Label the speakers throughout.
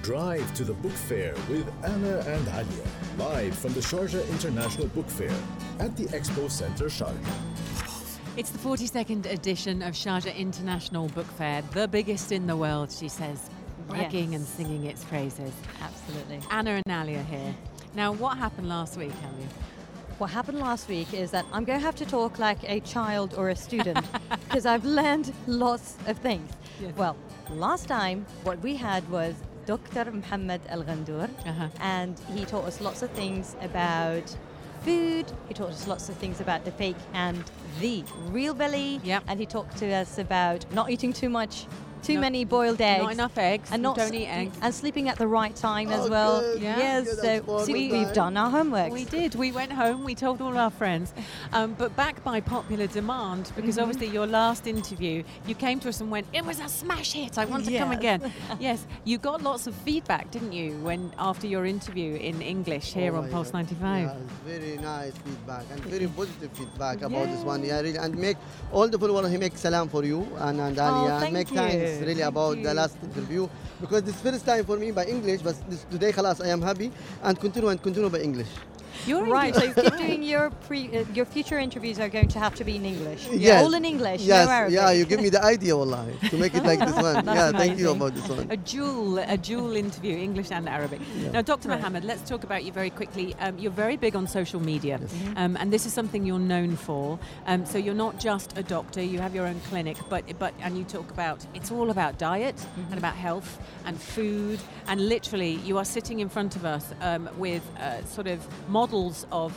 Speaker 1: Drive to the Book Fair with Anna and Hania, live from the Sharjah International Book Fair at the Expo Center Sharjah.
Speaker 2: It's the 42nd edition of Sharjah International Book Fair, the biggest in the world, she says, bragging
Speaker 3: Yes.
Speaker 2: and singing its praises.
Speaker 3: Absolutely.
Speaker 2: Anna and Ali are here. Now, what happened last week, Ali?
Speaker 3: What happened last week is that I'm going to have to talk like a child or a student because I've learned lots of things.
Speaker 2: Yes.
Speaker 3: Well, last time what we had was Dr. Muhammad Al Ghandour,
Speaker 2: Uh-huh.
Speaker 3: and he taught us lots of things about food. He taught us lots of things about the fake and the real belly.
Speaker 2: Yep.
Speaker 3: And he talked to us about not eating too much, too
Speaker 2: Not-
Speaker 3: many boiled eggs.
Speaker 2: Not enough eggs.
Speaker 3: and not
Speaker 2: don't
Speaker 3: s-
Speaker 2: eat eggs.
Speaker 3: and sleeping at the right time as well.
Speaker 2: Yeah.
Speaker 3: Yes, so see, we've done our homework.
Speaker 2: We did. We went home. We told all our friends, um, but back by popular demand because
Speaker 4: Mm-hmm.
Speaker 2: obviously your last interview, you came to us and went, "It was a smash hit. I want to come
Speaker 3: Yes.
Speaker 2: again." yes, you got lots of feedback, didn't you, when after your interview in English here
Speaker 4: Oh
Speaker 2: on
Speaker 4: my
Speaker 2: Pulse
Speaker 4: God.
Speaker 2: 95?
Speaker 4: Yeah, it's very nice feedback and very positive feedback about this one. Yeah, really, and make all the followers he make salam for you and and
Speaker 3: Oh,
Speaker 4: Alia
Speaker 3: thank
Speaker 4: and make
Speaker 3: you.
Speaker 4: thanks really
Speaker 2: Thank
Speaker 4: about the
Speaker 2: you.
Speaker 4: last interview because this first time for me by English, but this, today, خلاص, I am happy and continue and continue by English.
Speaker 2: You're
Speaker 3: Right, so
Speaker 2: English.
Speaker 3: you keep doing your pre, uh, your future interviews are going to have to be in English.
Speaker 4: Yes.
Speaker 3: All in English,
Speaker 4: Yes,
Speaker 3: no Arabic.
Speaker 4: yeah, you give me the idea, wallahi, to make it like this one.
Speaker 2: That's
Speaker 4: yeah, thank you
Speaker 2: amazing.
Speaker 4: about this one.
Speaker 2: A dual, a dual interview, English and Arabic. Now, Dr. Mohammed, let's talk about you very quickly. Um, you're very big on social media,
Speaker 3: Mm-hmm.
Speaker 2: um, and this is something you're known for. Um, so you're not just a doctor; you have your own clinic, but but and you talk about it's all about diet
Speaker 3: Mm-hmm.
Speaker 2: and about health and food, and literally you are sitting in front of us um, with uh, sort of models of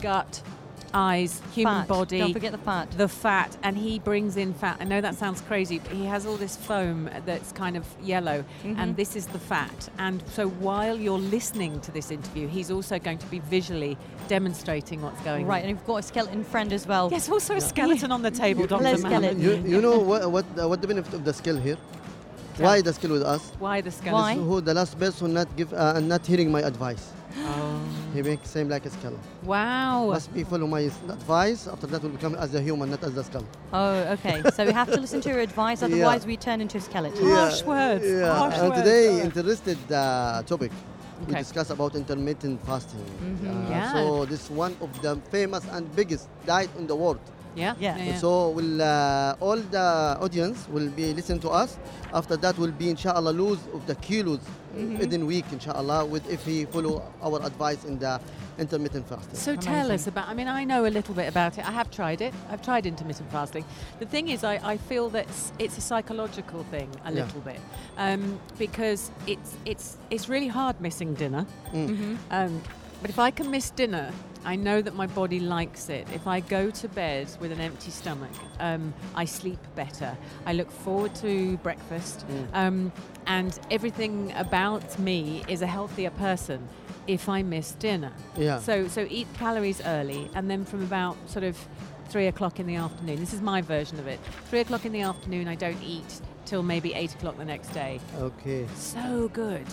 Speaker 2: gut, eyes, human
Speaker 3: Fat.
Speaker 2: body
Speaker 3: Don't forget the fat.
Speaker 2: the fat and he brings in fat i know that sounds crazy but he has all this foam that's kind of yellow and this is the fat and so while you're listening to this interview he's also going to be visually demonstrating what's going
Speaker 3: right,
Speaker 2: on
Speaker 3: and you've got a skeleton friend as well.
Speaker 2: yes also a skeleton on the table dr
Speaker 3: Hello,
Speaker 2: Mohammed.
Speaker 3: skeleton.
Speaker 4: You, you know what, what, what the benefit of the skill here? Why the skill with us?
Speaker 2: why the skeleton
Speaker 3: Why?
Speaker 4: Who the last person not give uh, and not hearing my advice? He make same like a skull.
Speaker 2: wow
Speaker 4: Must be follow my advice. After that, will become as a human, not as a skull.
Speaker 3: Oh, okay. So we have to listen to your advice, otherwise we turn into a skeleton.
Speaker 2: Harsh words,
Speaker 4: Yeah.
Speaker 2: harsh
Speaker 4: and
Speaker 2: words.
Speaker 4: today, interested uh, topic. We
Speaker 2: Okay. Mm-hmm.
Speaker 4: discuss about intermittent fasting. Uh,
Speaker 2: Yeah.
Speaker 4: So this one of the famous and biggest diet in the world.
Speaker 2: yeah
Speaker 3: Yeah.
Speaker 4: So will uh, all the audience will be listen to us. After that, will be inshallah lose of the kilos
Speaker 2: Mm-hmm.
Speaker 4: within week inshallah with if he follow our advice in the intermittent fasting.
Speaker 2: So tell us about. I mean, I know a little bit about it. I have tried it. I've tried intermittent fasting. The thing is, I, I feel that s- it's a psychological thing a
Speaker 4: Yeah.
Speaker 2: little bit um, because it's it's it's really hard missing dinner. Um, but if I can miss dinner, I know that my body likes it. If I go to bed with an empty stomach, um, I sleep better. I look forward to breakfast, um, and everything about me is a healthier person if I miss dinner.
Speaker 4: Yeah.
Speaker 2: So so eat calories early, and then from about sort of three o'clock in the afternoon. This is my version of it. Three o'clock in the afternoon, I don't eat till maybe eight o'clock the next day.
Speaker 4: okay.
Speaker 2: So good.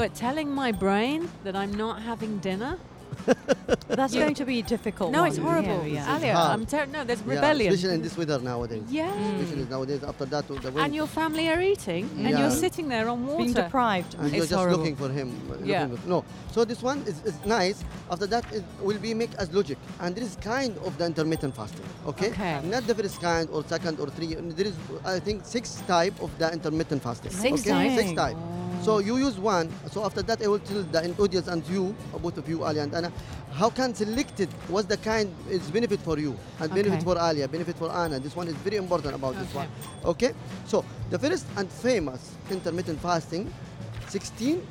Speaker 2: But telling my brain that I'm not having dinner.
Speaker 3: But that's going to be difficult.
Speaker 2: No,
Speaker 3: one.
Speaker 2: it's horrible.
Speaker 3: Oh, Yeah, yeah.
Speaker 4: It's
Speaker 2: Alia,
Speaker 4: hard.
Speaker 2: I'm ter- no, there's
Speaker 4: Yeah,
Speaker 2: rebellion.
Speaker 4: especially in this weather nowadays.
Speaker 2: Yeah.
Speaker 4: Especially nowadays, after that, with the
Speaker 2: And
Speaker 4: wind.
Speaker 2: your family are eating, and
Speaker 4: Yeah.
Speaker 2: you're sitting there on water.
Speaker 3: Being deprived.
Speaker 4: and you're
Speaker 2: It's
Speaker 4: just
Speaker 2: horrible.
Speaker 4: looking for him. uh, looking
Speaker 2: Yeah.
Speaker 4: for- no. So this one is, is nice. After that, it will be make as logic, and this is kind of the intermittent fasting. Okay.
Speaker 2: Okay.
Speaker 4: Not the first kind or second or three. and There is, I think, six type of the intermittent fasting.
Speaker 2: Six
Speaker 4: okay?
Speaker 2: type? Oh.
Speaker 4: Six type. So you use one. So after that, I will tell the audience and you, both of you, Ali and Anna, how can selected what's the kind is benefit for you and benefit
Speaker 2: Okay.
Speaker 4: for Alia, benefit for Anna. This one is very important about this
Speaker 2: Okay.
Speaker 4: one. Okay. So the first and famous intermittent fasting, 16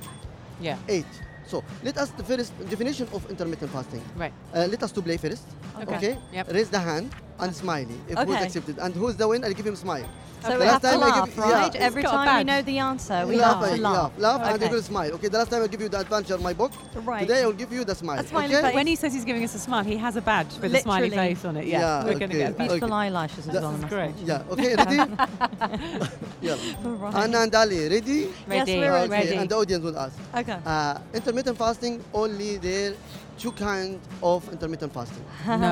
Speaker 2: Yeah.
Speaker 4: 8. So let us the first definition of intermittent fasting.
Speaker 2: Right.
Speaker 4: Uh, let us to play first.
Speaker 2: Okay.
Speaker 4: Okay.
Speaker 2: Yep.
Speaker 4: Raise the hand and smiley if who's
Speaker 3: Okay.
Speaker 4: accepted. And who's the win? I'll give him smile.
Speaker 3: So
Speaker 2: Okay.
Speaker 3: we
Speaker 2: Last
Speaker 3: have to
Speaker 4: time I
Speaker 3: laugh,
Speaker 4: give- yeah.
Speaker 3: right?
Speaker 4: It's
Speaker 3: Every
Speaker 2: got a
Speaker 3: time we
Speaker 2: badge.
Speaker 3: know the answer, we
Speaker 4: laugh,
Speaker 3: have to
Speaker 4: and
Speaker 3: laugh.
Speaker 4: laugh, and you
Speaker 3: Okay.
Speaker 4: will smile. Okay, the last time I give you the adventure, my book.
Speaker 3: Right.
Speaker 4: Today I will give you the smile.
Speaker 3: A smiley
Speaker 4: okay?
Speaker 3: face.
Speaker 2: When he says he's giving us a smile, he has a badge with a smiley
Speaker 3: Literally.
Speaker 2: face on it. Yeah,
Speaker 4: Yeah,
Speaker 2: we're going to
Speaker 4: okay.
Speaker 2: get a badge.
Speaker 3: Beautiful
Speaker 4: Okay.
Speaker 3: eyelashes as
Speaker 4: That-
Speaker 3: well. I
Speaker 2: This is
Speaker 3: must
Speaker 2: great.
Speaker 3: say.
Speaker 4: Yeah. Okay. Ready? yeah.
Speaker 3: Right.
Speaker 4: Anna and Ali, ready?
Speaker 3: Yes,
Speaker 2: Ready.
Speaker 3: we're
Speaker 4: Okay,
Speaker 3: ready.
Speaker 4: And the audience will ask.
Speaker 3: Okay.
Speaker 4: Uh, intermittent fasting only there two kinds of intermittent fasting.
Speaker 2: No.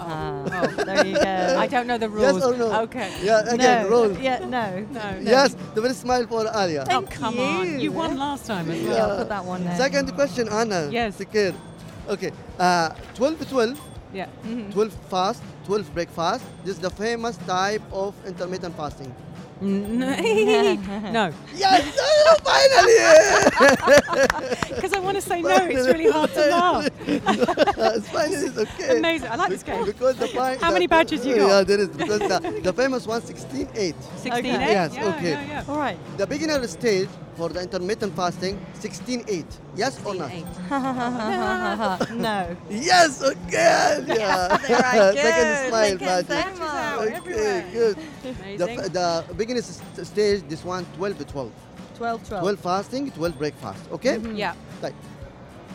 Speaker 3: Oh, there you go.
Speaker 2: I don't know the rules.
Speaker 4: Yes or no?
Speaker 2: Okay.
Speaker 4: Yeah, again,
Speaker 3: no.
Speaker 4: rules.
Speaker 3: Yeah, no.
Speaker 2: No.
Speaker 4: Yes, the best smile for Alia.
Speaker 2: Oh,
Speaker 3: Thank
Speaker 2: come on. You
Speaker 3: you.
Speaker 2: won last time as
Speaker 3: Yeah,
Speaker 2: well.
Speaker 3: I'll put that one there.
Speaker 4: Second question, Anna.
Speaker 2: Yes.
Speaker 4: Sikir. Okay. Uh, 12 12,
Speaker 2: Yeah.
Speaker 4: 12 fast, 12 breakfast. This is the famous type of intermittent fasting.
Speaker 2: Mm, no.
Speaker 4: Yes! Oh, finally!
Speaker 2: Because I want to say no. It's really hard to laugh.
Speaker 4: Uh, it's finally it's okay.
Speaker 2: Amazing. I like this
Speaker 4: Because-
Speaker 2: game.
Speaker 4: Because the fi-
Speaker 2: How
Speaker 4: the-
Speaker 2: many badges you got?
Speaker 4: Yeah, there is. Because the, the famous one, 16 8.
Speaker 2: 16
Speaker 3: Okay.
Speaker 2: eh?
Speaker 4: Yes,
Speaker 2: yeah,
Speaker 4: okay.
Speaker 2: Yeah, yeah.
Speaker 3: All right.
Speaker 4: The beginner stage for the intermittent fasting, 16 8. Yes or not?
Speaker 3: no.
Speaker 4: Yes, again! Yeah. Second smile, magic.
Speaker 2: out
Speaker 4: Okay,
Speaker 2: everywhere.
Speaker 4: good. The,
Speaker 2: Amazing.
Speaker 4: f- the beginning s- stage, this one, 12 12.
Speaker 3: 12, 12.
Speaker 4: 12 fasting, 12 breakfast, okay?
Speaker 2: Yeah.
Speaker 4: Like,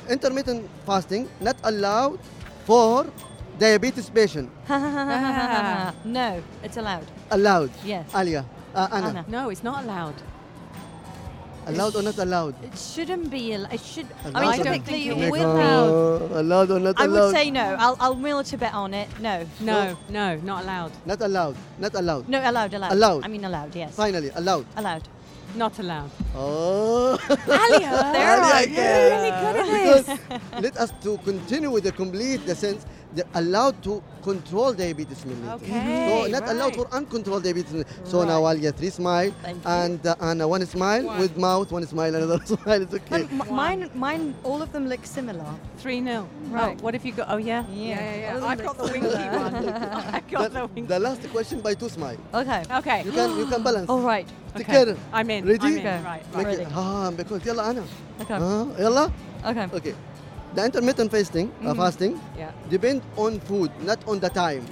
Speaker 4: intermittent fasting not allowed for diabetes patient.
Speaker 3: no, it's allowed.
Speaker 4: Allowed.
Speaker 3: Yes.
Speaker 4: Alia, uh, Anna,
Speaker 3: Anna.
Speaker 2: No, it's not allowed.
Speaker 4: allowed or not allowed?
Speaker 3: It shouldn't be. al- It should.
Speaker 4: Allowed.
Speaker 3: I mean,
Speaker 4: I don't
Speaker 3: typically,
Speaker 2: think it
Speaker 3: it
Speaker 2: is.
Speaker 3: will allowed.
Speaker 4: Uh, allowed or not
Speaker 3: I
Speaker 4: allowed?
Speaker 3: would say no. I'll, I'll milk a bet on it. No.
Speaker 2: No, no, not allowed.
Speaker 4: Not allowed, not allowed.
Speaker 3: No, allowed, allowed.
Speaker 4: Allowed.
Speaker 3: I mean, allowed, yes.
Speaker 4: Finally, allowed.
Speaker 3: Allowed.
Speaker 2: Not allowed.
Speaker 4: Oh.
Speaker 2: Alia,
Speaker 3: There
Speaker 4: Alia
Speaker 3: are.
Speaker 4: again.
Speaker 2: really good at this.
Speaker 4: Because let us to continue with the complete the sense they're allowed to control diabetes mellitus.
Speaker 2: Okay,
Speaker 4: so not allowed
Speaker 2: right.
Speaker 4: for uncontrolled diabetes. mellitus. So
Speaker 3: Right.
Speaker 4: now I'll get three smile
Speaker 3: Thank you.
Speaker 4: and uh, Anna one smile
Speaker 2: One.
Speaker 4: with mouth, one smile, another smile. It's okay.
Speaker 3: Um, m- mine, mine, all of them look similar.
Speaker 2: 3 0.
Speaker 3: Right.
Speaker 2: Oh, what have you got? Oh, yeah?
Speaker 3: Yeah.
Speaker 2: yeah, yeah. I've got the winky one. I've got the
Speaker 4: the,
Speaker 2: winky
Speaker 4: the last question by two smile.
Speaker 3: Okay.
Speaker 2: Okay.
Speaker 4: You can you can balance.
Speaker 3: All right.
Speaker 2: Oh, okay.
Speaker 4: Together.
Speaker 2: I'm in.
Speaker 4: Ready?
Speaker 2: I'm in.
Speaker 3: Okay.
Speaker 2: Right,
Speaker 4: Make
Speaker 2: right.
Speaker 4: it-
Speaker 3: Ready.
Speaker 4: Ah, because يلا أنا.
Speaker 3: Okay.
Speaker 4: Ah, يلا.
Speaker 3: Okay.
Speaker 4: Okay. The intermittent fasting, uh,
Speaker 2: Mm.
Speaker 4: fasting,
Speaker 2: Yeah.
Speaker 4: depend on food, not on the time.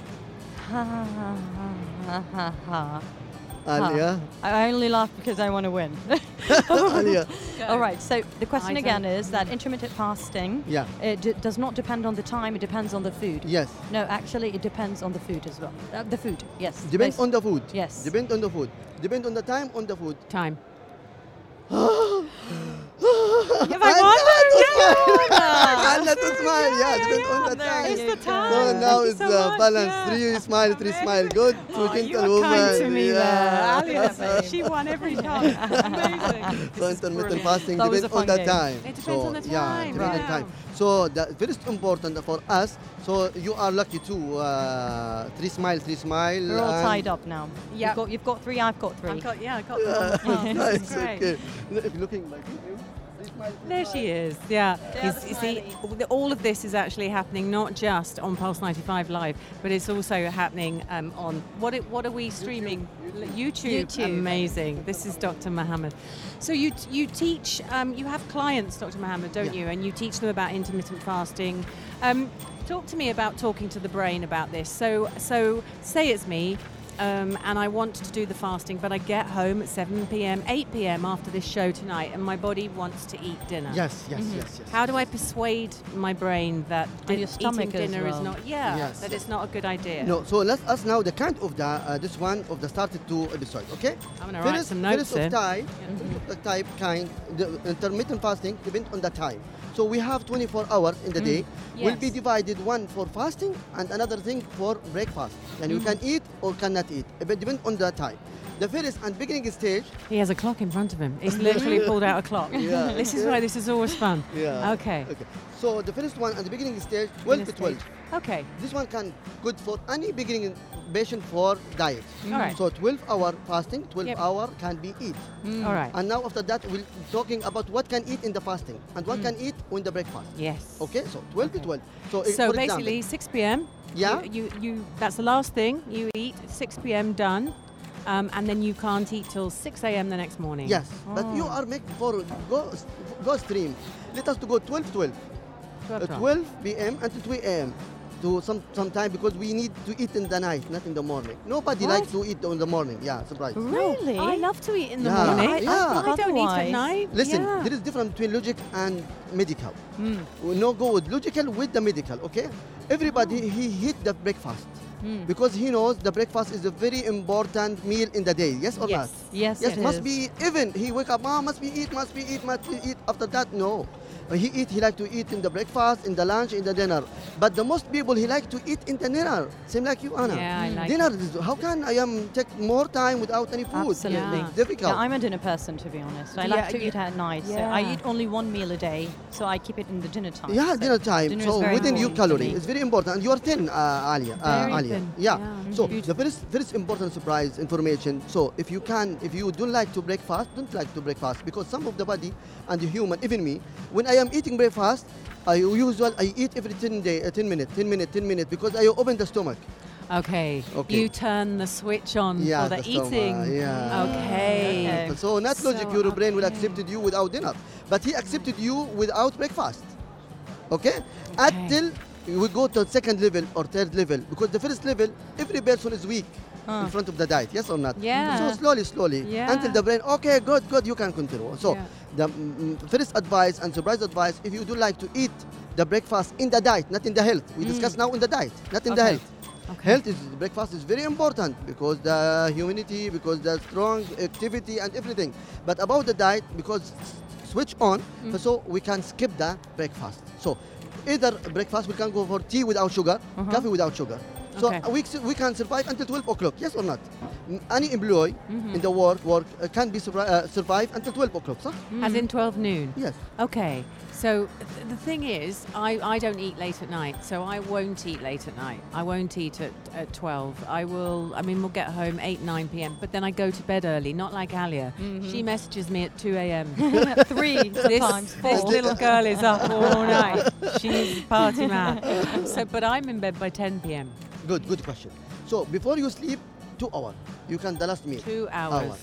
Speaker 2: Ah.
Speaker 4: Alia.
Speaker 3: I only laugh because I want to win.
Speaker 4: Alia.
Speaker 3: All right. So the question
Speaker 2: I
Speaker 3: again
Speaker 2: don't
Speaker 3: is that intermittent fasting
Speaker 4: Yeah.
Speaker 3: it d- does not depend on the time. It depends on the food.
Speaker 4: Yes.
Speaker 3: No, actually, it depends on the food as well. Uh, the food. Yes.
Speaker 4: Depends
Speaker 3: basi-
Speaker 4: on the food.
Speaker 3: Yes.
Speaker 4: Depend on the food. Depend on the time on the food.
Speaker 2: Time.
Speaker 4: Have
Speaker 2: I won?
Speaker 4: I'll let us smile. Yeah, depend on the
Speaker 3: There
Speaker 4: time.
Speaker 3: you
Speaker 2: It's the
Speaker 3: go.
Speaker 2: time.
Speaker 4: So
Speaker 2: Ah. Thank
Speaker 4: now
Speaker 2: you
Speaker 4: it's
Speaker 2: so
Speaker 4: uh,
Speaker 2: much,
Speaker 4: balance.
Speaker 2: yeah.
Speaker 4: Three smile, three smile.
Speaker 2: Amazing.
Speaker 4: Good.
Speaker 2: Oh,
Speaker 4: Two
Speaker 2: you
Speaker 4: gentle
Speaker 2: were kind to
Speaker 4: woman.
Speaker 2: me
Speaker 4: yeah.
Speaker 2: there. Alia, that's- she won every time. Amazing.
Speaker 4: So
Speaker 2: This is
Speaker 4: intermittent
Speaker 2: brilliant.
Speaker 4: fasting
Speaker 3: That was
Speaker 4: depends
Speaker 3: a
Speaker 4: on
Speaker 3: fun
Speaker 4: the
Speaker 3: game.
Speaker 4: time.
Speaker 2: It depends
Speaker 4: so,
Speaker 2: on the
Speaker 4: Yeah,
Speaker 2: time,
Speaker 4: depends on the
Speaker 2: right.
Speaker 4: time. So the first important for us. So you are lucky too. Uh, three smile, three smile.
Speaker 3: We're all
Speaker 4: and-
Speaker 3: tied up now.
Speaker 2: Yeah.
Speaker 3: You've got, you've got three. I've got 3
Speaker 2: I've got, yeah, I got the one. Oh, this is
Speaker 4: Nice.
Speaker 2: great.
Speaker 4: Okay. If you're looking like you, three smile, three
Speaker 2: There
Speaker 4: smile.
Speaker 2: she is. Yeah.
Speaker 3: Yeah,
Speaker 2: Is-
Speaker 3: the
Speaker 2: you see, all of this is actually happening not just on Pulse 95 Live, but it's also happening um, on what? It, what are we streaming? L- YouTube.
Speaker 3: YouTube.
Speaker 2: Amazing. This is Dr. Mohammed. So you t- you teach um, you have clients, Dr. Mohammed, don't
Speaker 4: Yeah.
Speaker 2: you? And you teach them about intermittent fasting. Um, talk to me about talking to the brain about this. So so say it's me. Um, and I want to do the fasting, but I get home at 7 p.m., 8 p.m. after this show tonight, and my body wants to eat dinner.
Speaker 4: Yes, yes, yes, yes.
Speaker 2: Mm-hmm. How do I persuade my brain that di-
Speaker 3: your stomach
Speaker 2: eating
Speaker 3: as
Speaker 2: dinner is
Speaker 3: well.
Speaker 2: not yeah
Speaker 4: Yes.
Speaker 2: that it's not a good idea?
Speaker 4: No, so let us now the kind of the uh, this one of the started two episode, okay?
Speaker 2: I'm gonna write
Speaker 4: First-
Speaker 2: some notes
Speaker 4: first of
Speaker 2: in. Mm-hmm.
Speaker 4: type, first of the type kind, the intermittent fasting depends on the time. So we have 24 hours in the day. Will be
Speaker 2: Mm. Yes.
Speaker 4: divided one for fasting and another thing for breakfast. And you can
Speaker 2: Mm-hmm.
Speaker 4: eat or cannot eat. It depends on the time. The first and beginning stage.
Speaker 2: He has a clock in front of him. He's literally pulled out a clock.
Speaker 4: Yeah.
Speaker 2: This is why this is always fun.
Speaker 4: Yeah.
Speaker 2: Okay.
Speaker 4: Okay. So the first one and the beginning stage, 12 to 12.
Speaker 2: Okay.
Speaker 4: This one can good for any beginning patient for diet.
Speaker 2: All right.
Speaker 4: So 12 hour fasting, 12
Speaker 2: Yep. Mm.
Speaker 4: hour can be eat.
Speaker 2: All right.
Speaker 4: And now after that we're talking about what can eat in the fasting and what can eat on the breakfast.
Speaker 2: Mm. yes.
Speaker 4: Okay, so 12 to 12. So, i-
Speaker 2: So
Speaker 4: for example-
Speaker 2: basically, 6 p.m.
Speaker 4: Yeah.
Speaker 2: You, you you that's the last thing you eat. 6 p.m. done, um, and then you can't eat till 6 a.m. the next morning.
Speaker 4: yes, but
Speaker 2: oh.
Speaker 4: you are making for go go stream. Let us to go 12 12.
Speaker 2: Twelve
Speaker 4: Uh,
Speaker 2: o'clock.
Speaker 4: 12 p.m. until 3 a.m. to some sometime because we need to eat in the night, not in the morning. Nobody
Speaker 2: What?
Speaker 4: likes to eat in the morning. Yeah, surprise.
Speaker 3: Really?
Speaker 2: I love to eat in the
Speaker 4: Yeah.
Speaker 2: morning.
Speaker 4: I- I Yeah.
Speaker 2: I don't
Speaker 3: think
Speaker 2: eat at
Speaker 3: otherwise-
Speaker 2: night.
Speaker 4: Listen,
Speaker 2: Yeah. Hmm.
Speaker 4: there is difference between logic and medical. We No go with logical with the medical, okay? Everybody
Speaker 2: Oh.
Speaker 4: he hit the breakfast
Speaker 2: Hmm.
Speaker 4: because he knows the breakfast is a very important meal in the day. Yes or
Speaker 2: Yes.
Speaker 4: not?
Speaker 3: Yes,
Speaker 4: Yes,
Speaker 3: it
Speaker 4: must
Speaker 3: is.
Speaker 4: be even he wake up, ah, must be eat, must be eat, must be eat. After that, no. He eat. He like to eat in the breakfast, in the lunch, in the dinner. But the most people he like to eat in the dinner. Same like you, Anna.
Speaker 2: Yeah, I like
Speaker 4: dinner. Is, how can I am take more time without any food?
Speaker 3: Absolutely.
Speaker 4: It's difficult.
Speaker 3: Yeah, I'm a dinner person, to be honest. I
Speaker 2: Yeah,
Speaker 3: like to
Speaker 2: you-
Speaker 3: eat at night. So
Speaker 2: Yeah.
Speaker 3: I eat only one meal a day, so I keep it in the dinner time.
Speaker 4: Yeah,
Speaker 3: So
Speaker 4: dinner time.
Speaker 3: dinner is
Speaker 4: so
Speaker 3: very
Speaker 4: within your
Speaker 3: important to
Speaker 4: calorie,
Speaker 3: me.
Speaker 4: it's very important. And you are thin, uh, Alia. Uh,
Speaker 2: Very
Speaker 4: Alia.
Speaker 2: thin.
Speaker 4: Yeah.
Speaker 2: Yeah.
Speaker 4: So
Speaker 2: Mhm.
Speaker 4: the first, first important surprise information. So if you can, if you don't like to breakfast, don't like to breakfast because some of the body and the human, even me, when I am eating breakfast, I usually I eat every 10 day, uh, 10 minute, 10 minute, 10 minute because I open the stomach.
Speaker 2: Okay.
Speaker 4: Okay.
Speaker 2: You turn the switch on
Speaker 4: Yeah,
Speaker 2: for the,
Speaker 4: the stomach,
Speaker 2: eating.
Speaker 4: yeah.
Speaker 2: Okay.
Speaker 3: Okay.
Speaker 4: So not
Speaker 2: So,
Speaker 4: logic, your brain will
Speaker 2: okay.
Speaker 4: accepted you without dinner, but he accepted you without breakfast. Okay, until you would go to second level or third level because the first level every person is weak in
Speaker 3: Huh.
Speaker 4: front of the diet. Yes or not?
Speaker 2: Yeah.
Speaker 4: So slowly, slowly
Speaker 2: Yeah.
Speaker 4: until the brain. Okay, good, good. You can continue. So
Speaker 2: Yeah.
Speaker 4: the mm, mm, first advice and surprise advice: if you do like to eat the breakfast in the diet, not in the health. We discuss now in the diet, not in the
Speaker 2: Mm. Okay.
Speaker 4: health. Health is breakfast is very important because the humanity, because the strong activity and everything. But about the diet, because s- switch on,
Speaker 2: Mm.
Speaker 4: so we can skip the breakfast. So either breakfast we can go for tea without sugar, coffee without sugar. So
Speaker 2: Uh-huh. Okay.
Speaker 4: we, s- we can survive until 12 o'clock, yes or not? N- Any employee
Speaker 2: Mm-hmm.
Speaker 4: in the world work uh, can be survi- uh, survive until 12 o'clock, sir?
Speaker 2: As in 12 noon.
Speaker 4: Yes.
Speaker 2: Okay. So th- the thing is, I, I don't eat late at night, so I won't eat late at night. I won't eat at, at 12. I will, I mean, we'll get home 8, 9 p.m., but then I go to bed early, not like Alia. She messages me at 2 a.m.
Speaker 3: Three
Speaker 2: this,
Speaker 3: sometimes
Speaker 2: this
Speaker 3: four.
Speaker 2: little girl is up all night. She's party mad. So, but I'm in bed by 10 p.m.
Speaker 4: Good, good question. So before you sleep, two hours. You can the last meal.
Speaker 2: Two hours.
Speaker 4: Hours.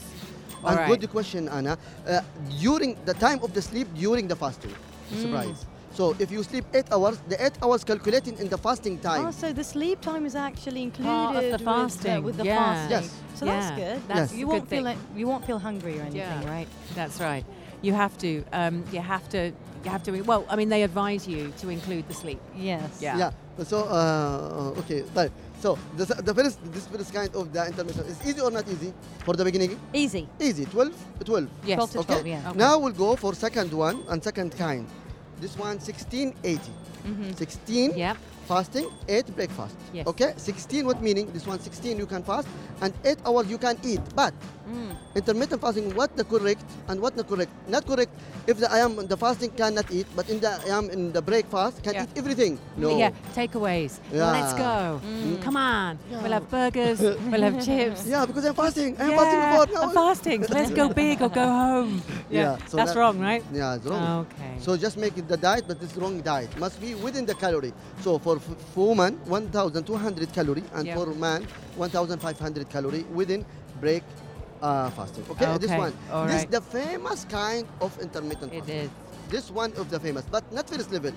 Speaker 2: All
Speaker 4: and
Speaker 2: right.
Speaker 4: good question, Anna. Uh, during the time of the sleep, during the fasting,
Speaker 2: Mm.
Speaker 4: surprise. So if you sleep eight hours, the eight hours calculating in the fasting time.
Speaker 3: Oh, so the sleep time is actually included
Speaker 2: Part of the
Speaker 3: with the-
Speaker 2: fasting,
Speaker 3: with the
Speaker 2: yeah.
Speaker 3: fasting.
Speaker 4: Yes.
Speaker 3: So that's
Speaker 2: Yeah,
Speaker 3: good.
Speaker 2: that's Yes. a
Speaker 3: you
Speaker 2: good
Speaker 3: won't feel
Speaker 2: thing.
Speaker 3: like, you won't feel hungry or anything,
Speaker 2: Yeah.
Speaker 3: right?
Speaker 2: That's right. You have to. Um, you have to. You have to. Well, I mean, they advise you to include the sleep.
Speaker 3: Yes.
Speaker 2: Yeah.
Speaker 4: yeah. So uh, okay, right. So the, the first this first kind of the intermission is easy or not easy for the beginning?
Speaker 3: Easy.
Speaker 4: Easy. 12, 12.
Speaker 2: Yes. Oh,
Speaker 3: 12 to
Speaker 4: Okay.
Speaker 3: 12, yeah.
Speaker 2: Okay.
Speaker 4: Now we'll go for second one and second kind. This one 1680. 16
Speaker 2: Mm-hmm. Yep.
Speaker 4: fasting, 8 breakfast.
Speaker 2: Yes.
Speaker 4: Okay? 16 what meaning? This one 16 you can fast and 8 hours you can eat. But
Speaker 2: Mm.
Speaker 4: intermittent fasting what the correct and what not correct? Not correct if the I am in the fasting cannot eat, but in the I am in the breakfast can
Speaker 2: Yeah. Mm,
Speaker 4: eat everything. No.
Speaker 2: Yeah. Takeaways.
Speaker 4: Yeah. Mm.
Speaker 2: Let's go. Come on. We'll have burgers. we'll have chips.
Speaker 4: Yeah, because I'm fasting. I'm
Speaker 2: Yeah,
Speaker 4: fasting for now.
Speaker 2: I'm fasting. Let's go big or go home.
Speaker 4: Yeah, so
Speaker 2: that's
Speaker 4: that-
Speaker 2: wrong, right?
Speaker 4: Yeah, it's wrong.
Speaker 2: Ah, Okay.
Speaker 4: So just make it the diet, but it's wrong diet. Must be within the calorie. So for f- for woman, 1,200 calorie, and
Speaker 2: Yeah.
Speaker 4: for man, 1,500 calorie within break uh, fasting. Okay, this
Speaker 2: Okay,
Speaker 4: one.
Speaker 2: all
Speaker 4: this
Speaker 2: right.
Speaker 4: the famous kind of intermittent
Speaker 2: It
Speaker 4: fasting.
Speaker 2: is
Speaker 4: This one of the famous, but not first level,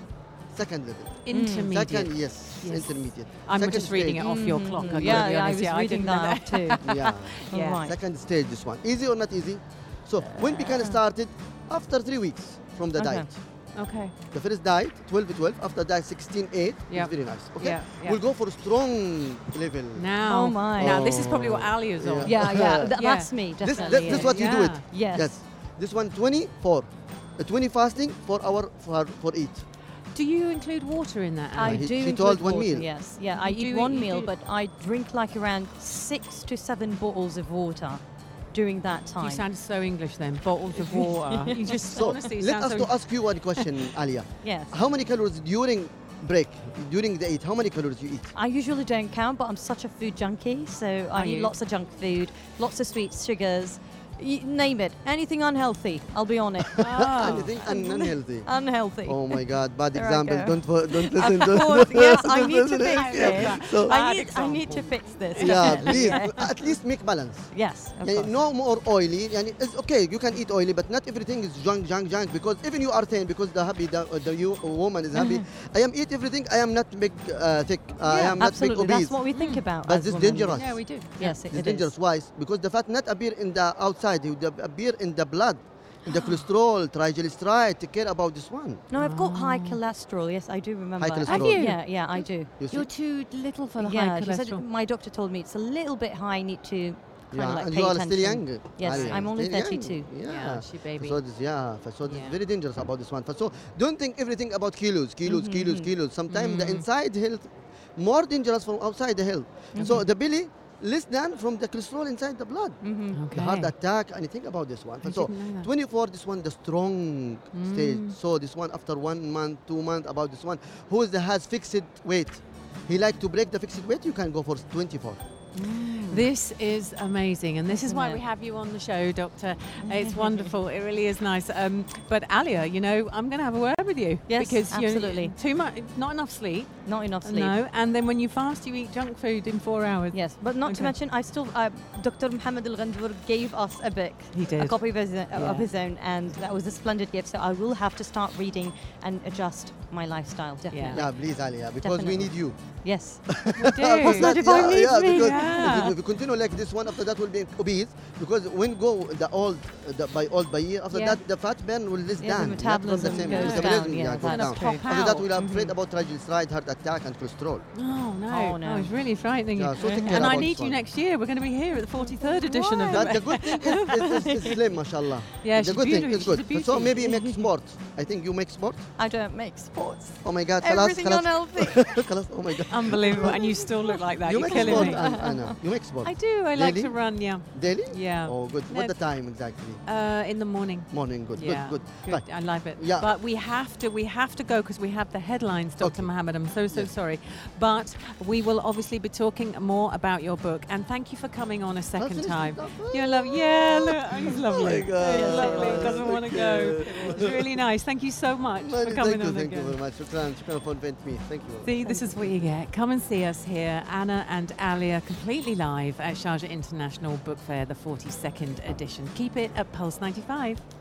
Speaker 4: second level.
Speaker 3: Mm.
Speaker 2: intermediate.
Speaker 4: Second, yes,
Speaker 2: Yes.
Speaker 4: intermediate.
Speaker 2: I'm
Speaker 4: second
Speaker 2: just reading it
Speaker 4: stage.
Speaker 2: off your clock. I've got to
Speaker 3: Mm. yeah,
Speaker 2: be
Speaker 3: yeah, I
Speaker 2: honest.
Speaker 3: was reading
Speaker 2: didn't know
Speaker 3: that up too.
Speaker 4: Yeah.
Speaker 2: Yeah.
Speaker 3: Right.
Speaker 4: Second stage, this one. Easy or not easy? So when we
Speaker 2: Uh.
Speaker 4: can start it? After three weeks from the
Speaker 3: Okay.
Speaker 2: Uh-huh.
Speaker 4: diet.
Speaker 2: Okay.
Speaker 4: The first diet, 12 12. After diet, 16 8.
Speaker 2: Yep.
Speaker 4: It's very nice. Okay?
Speaker 2: Yeah, yeah.
Speaker 4: We'll go for strong level.
Speaker 2: Now.
Speaker 3: Oh my.
Speaker 2: Now this is probably what Alia's
Speaker 4: Yeah.
Speaker 2: on.
Speaker 3: Yeah, yeah. th-
Speaker 2: Yeah.
Speaker 3: That's me,
Speaker 4: This,
Speaker 3: definitely.
Speaker 4: this, this
Speaker 3: yeah.
Speaker 4: what you do it.
Speaker 3: Yeah. Yes.
Speaker 4: This one, 24. Uh, 20 fasting, 4 hour for, for eat.
Speaker 2: Do you include water in that?
Speaker 3: I
Speaker 2: Ali?
Speaker 4: he-
Speaker 3: do
Speaker 4: she
Speaker 3: include
Speaker 4: told one
Speaker 3: water,
Speaker 4: meal.
Speaker 3: Yes, yeah, I
Speaker 2: You
Speaker 3: eat
Speaker 2: do
Speaker 3: one
Speaker 2: eat-
Speaker 3: meal,
Speaker 2: you-
Speaker 3: but I drink like around six to seven bottles of water during that time.
Speaker 2: You sound so English then. Bottles of water. you just
Speaker 4: So
Speaker 2: honestly you
Speaker 4: let
Speaker 2: sound
Speaker 4: us
Speaker 2: so.
Speaker 4: to ask you one question, Alia.
Speaker 3: yes.
Speaker 4: How many calories during break, during the eat, how many calories you eat?
Speaker 3: I usually don't count, but I'm such a food junkie, so I
Speaker 2: Are
Speaker 3: eat
Speaker 2: you?
Speaker 3: lots of junk food, lots of sweets, sugars, y- name it. Anything unhealthy, I'll be on it.
Speaker 2: Ah.
Speaker 4: Anything un- unhealthy.
Speaker 3: unhealthy.
Speaker 4: Oh my God, bad
Speaker 3: Oh. There I
Speaker 4: example.
Speaker 3: go.
Speaker 4: Don't fo- don't listen.
Speaker 3: Of
Speaker 4: don't,
Speaker 3: course, yes, I
Speaker 4: don't
Speaker 3: need to
Speaker 4: listen.
Speaker 3: fix
Speaker 2: Yeah.
Speaker 3: this.
Speaker 4: So
Speaker 3: I
Speaker 2: Bad
Speaker 3: need, I need to
Speaker 2: example.
Speaker 3: fix this.
Speaker 4: yeah,
Speaker 3: definitely,
Speaker 4: please
Speaker 3: yeah.
Speaker 4: at least make balance.
Speaker 3: Yes, of
Speaker 4: يعني
Speaker 3: course.
Speaker 4: no more oily يعني it's okay you can eat oily but not everything is junk junk junk because even you are thin because the happy the, the you woman is happy I am eat everything I am not big uh, thick uh,
Speaker 3: Mm-hmm.
Speaker 4: I
Speaker 3: yeah,
Speaker 4: am not big
Speaker 3: absolutely.
Speaker 4: obese
Speaker 3: That's what we think about.
Speaker 4: But
Speaker 3: as
Speaker 4: this
Speaker 3: women.
Speaker 4: dangerous.
Speaker 2: Mm. Yeah, we do.
Speaker 3: Yes, it,
Speaker 4: it's
Speaker 3: it
Speaker 4: dangerous
Speaker 3: is.
Speaker 4: why because the fat not appear in the outside it would appear in the blood in the cholesterol triglyceride take care about this one
Speaker 3: No, I've got high cholesterol. Yes, I do remember.
Speaker 4: cholesterol.
Speaker 2: Mm. Have you?
Speaker 3: Yeah, yeah, I do.
Speaker 4: you see
Speaker 2: You're too little for the
Speaker 3: yeah,
Speaker 2: high
Speaker 3: she said
Speaker 2: cholesterol.
Speaker 3: my doctor told me it's a little bit high. Need to kind of like
Speaker 4: and
Speaker 3: pay
Speaker 4: you are
Speaker 3: attention.
Speaker 4: still young.
Speaker 3: Yes,
Speaker 4: Ali.
Speaker 3: I'm only
Speaker 4: Still young.
Speaker 3: 32.
Speaker 4: Yeah.
Speaker 2: Yeah, she baby.
Speaker 4: So this, yeah, so this
Speaker 2: Yeah.
Speaker 4: is very dangerous about this one. So don't think everything about kilos, kilos, kilos, kilos. Sometimes the inside health more dangerous from outside the health. So the belly less than from the cholesterol inside the blood.
Speaker 3: Mm.
Speaker 4: The heart attack, anything about this one. so
Speaker 2: Mm-hmm. didn't know that.
Speaker 4: 24, this one, the strong stage. So this one after one month, two month, about this one, who is the, has fixed weight. He like to break the fixed weight, you can go for 24.
Speaker 2: This is amazing, and this is why
Speaker 3: Isn't
Speaker 2: we
Speaker 3: it?
Speaker 2: have you on the show, Doctor. It's wonderful. It really is nice. Um, but Alia, you know, I'm going to have a word with you.
Speaker 3: Yes,
Speaker 2: because you-
Speaker 3: absolutely.
Speaker 2: too much, not enough sleep.
Speaker 3: Not enough sleep.
Speaker 2: No, and then when you fast, you eat junk food in four hours.
Speaker 3: Yes, but not
Speaker 2: Okay.
Speaker 3: to mention, I still, uh, Dr. Mohammed Al Ghandwar gave us a book,
Speaker 2: He
Speaker 3: a
Speaker 2: did.
Speaker 3: copy of his, uh,
Speaker 2: Yeah.
Speaker 3: of his own, and that was a splendid gift. So I will have to start reading and adjust my lifestyle, definitely.
Speaker 4: Yeah, please, Alia, because
Speaker 3: Definitely.
Speaker 4: we need you.
Speaker 3: Yes.
Speaker 2: We do.
Speaker 4: Because that-
Speaker 3: if I need me,
Speaker 4: because
Speaker 2: yeah.
Speaker 4: if- If we continue like this one, after that will be obese because when go the old uh, the, by old by year, after
Speaker 3: Yeah.
Speaker 4: that the fat burn will less
Speaker 3: Yeah, the
Speaker 4: down. not from
Speaker 3: metabolism
Speaker 4: the same
Speaker 3: goes
Speaker 4: metabolism,
Speaker 3: down, yeah,
Speaker 4: goes
Speaker 3: that's
Speaker 4: down.
Speaker 3: true. Pop
Speaker 4: After that
Speaker 2: out.
Speaker 4: we'll have afraid about triglyceride, heart attack, and cholesterol.
Speaker 2: Oh no!
Speaker 3: Oh, no.
Speaker 2: Oh, it's really frightening.
Speaker 4: Yeah, so take care
Speaker 2: and I
Speaker 4: about
Speaker 2: need
Speaker 4: this
Speaker 2: you
Speaker 4: one.
Speaker 2: next year. We're going to be here at the 43rd edition of
Speaker 4: But
Speaker 2: the.
Speaker 4: the good thing is, is, is, is slim, mashallah.
Speaker 2: Yeah,
Speaker 4: the
Speaker 2: she's
Speaker 4: good thing
Speaker 2: beautiful,
Speaker 4: is
Speaker 2: she's a
Speaker 4: good. So
Speaker 2: beauty.
Speaker 4: maybe make sport. I think you make sport.
Speaker 3: I don't make sports.
Speaker 4: Oh my God, خلاص-
Speaker 3: Everything
Speaker 4: خلاص.
Speaker 3: unhealthy.
Speaker 4: خلاص, oh my God.
Speaker 2: Unbelievable, and you still look like that.
Speaker 4: you
Speaker 2: are
Speaker 4: make
Speaker 2: killing
Speaker 4: sport,
Speaker 2: me.
Speaker 4: An- Anna. You make sport
Speaker 2: I do. I like
Speaker 4: Really?
Speaker 2: to run. Yeah.
Speaker 4: daily.
Speaker 2: Yeah.
Speaker 4: Oh, good.
Speaker 2: No.
Speaker 4: What the time exactly?
Speaker 2: Uh, in the morning.
Speaker 4: Morning. Good.
Speaker 2: yeah,
Speaker 4: Good. Good. Right.
Speaker 2: I love it.
Speaker 4: Yeah.
Speaker 2: But we have to we have to go because we have the headlines, Dr.
Speaker 4: Okay.
Speaker 2: Mohammed. I'm so so
Speaker 4: Yes.
Speaker 2: sorry, but we will obviously be talking more about your book. And thank you for coming on a second
Speaker 4: finished
Speaker 2: time.
Speaker 4: with that.
Speaker 2: You're lovely. Yeah, look, oh, he's lovely. He's
Speaker 4: Oh God.
Speaker 2: lovely. Doesn't
Speaker 4: Thank
Speaker 2: want to
Speaker 4: you.
Speaker 2: go. It's really nice. Thank you so much for
Speaker 4: Many
Speaker 2: coming
Speaker 4: thank you,
Speaker 2: on
Speaker 4: thank you
Speaker 2: again.
Speaker 4: very much. uh, Shukran, shukran for inviting me. Thank you.
Speaker 2: See, this is what you get. Come and see us here, Anna and Alia, completely live at Sharjah International Book Fair, the 42nd edition. Keep it at Pulse 95.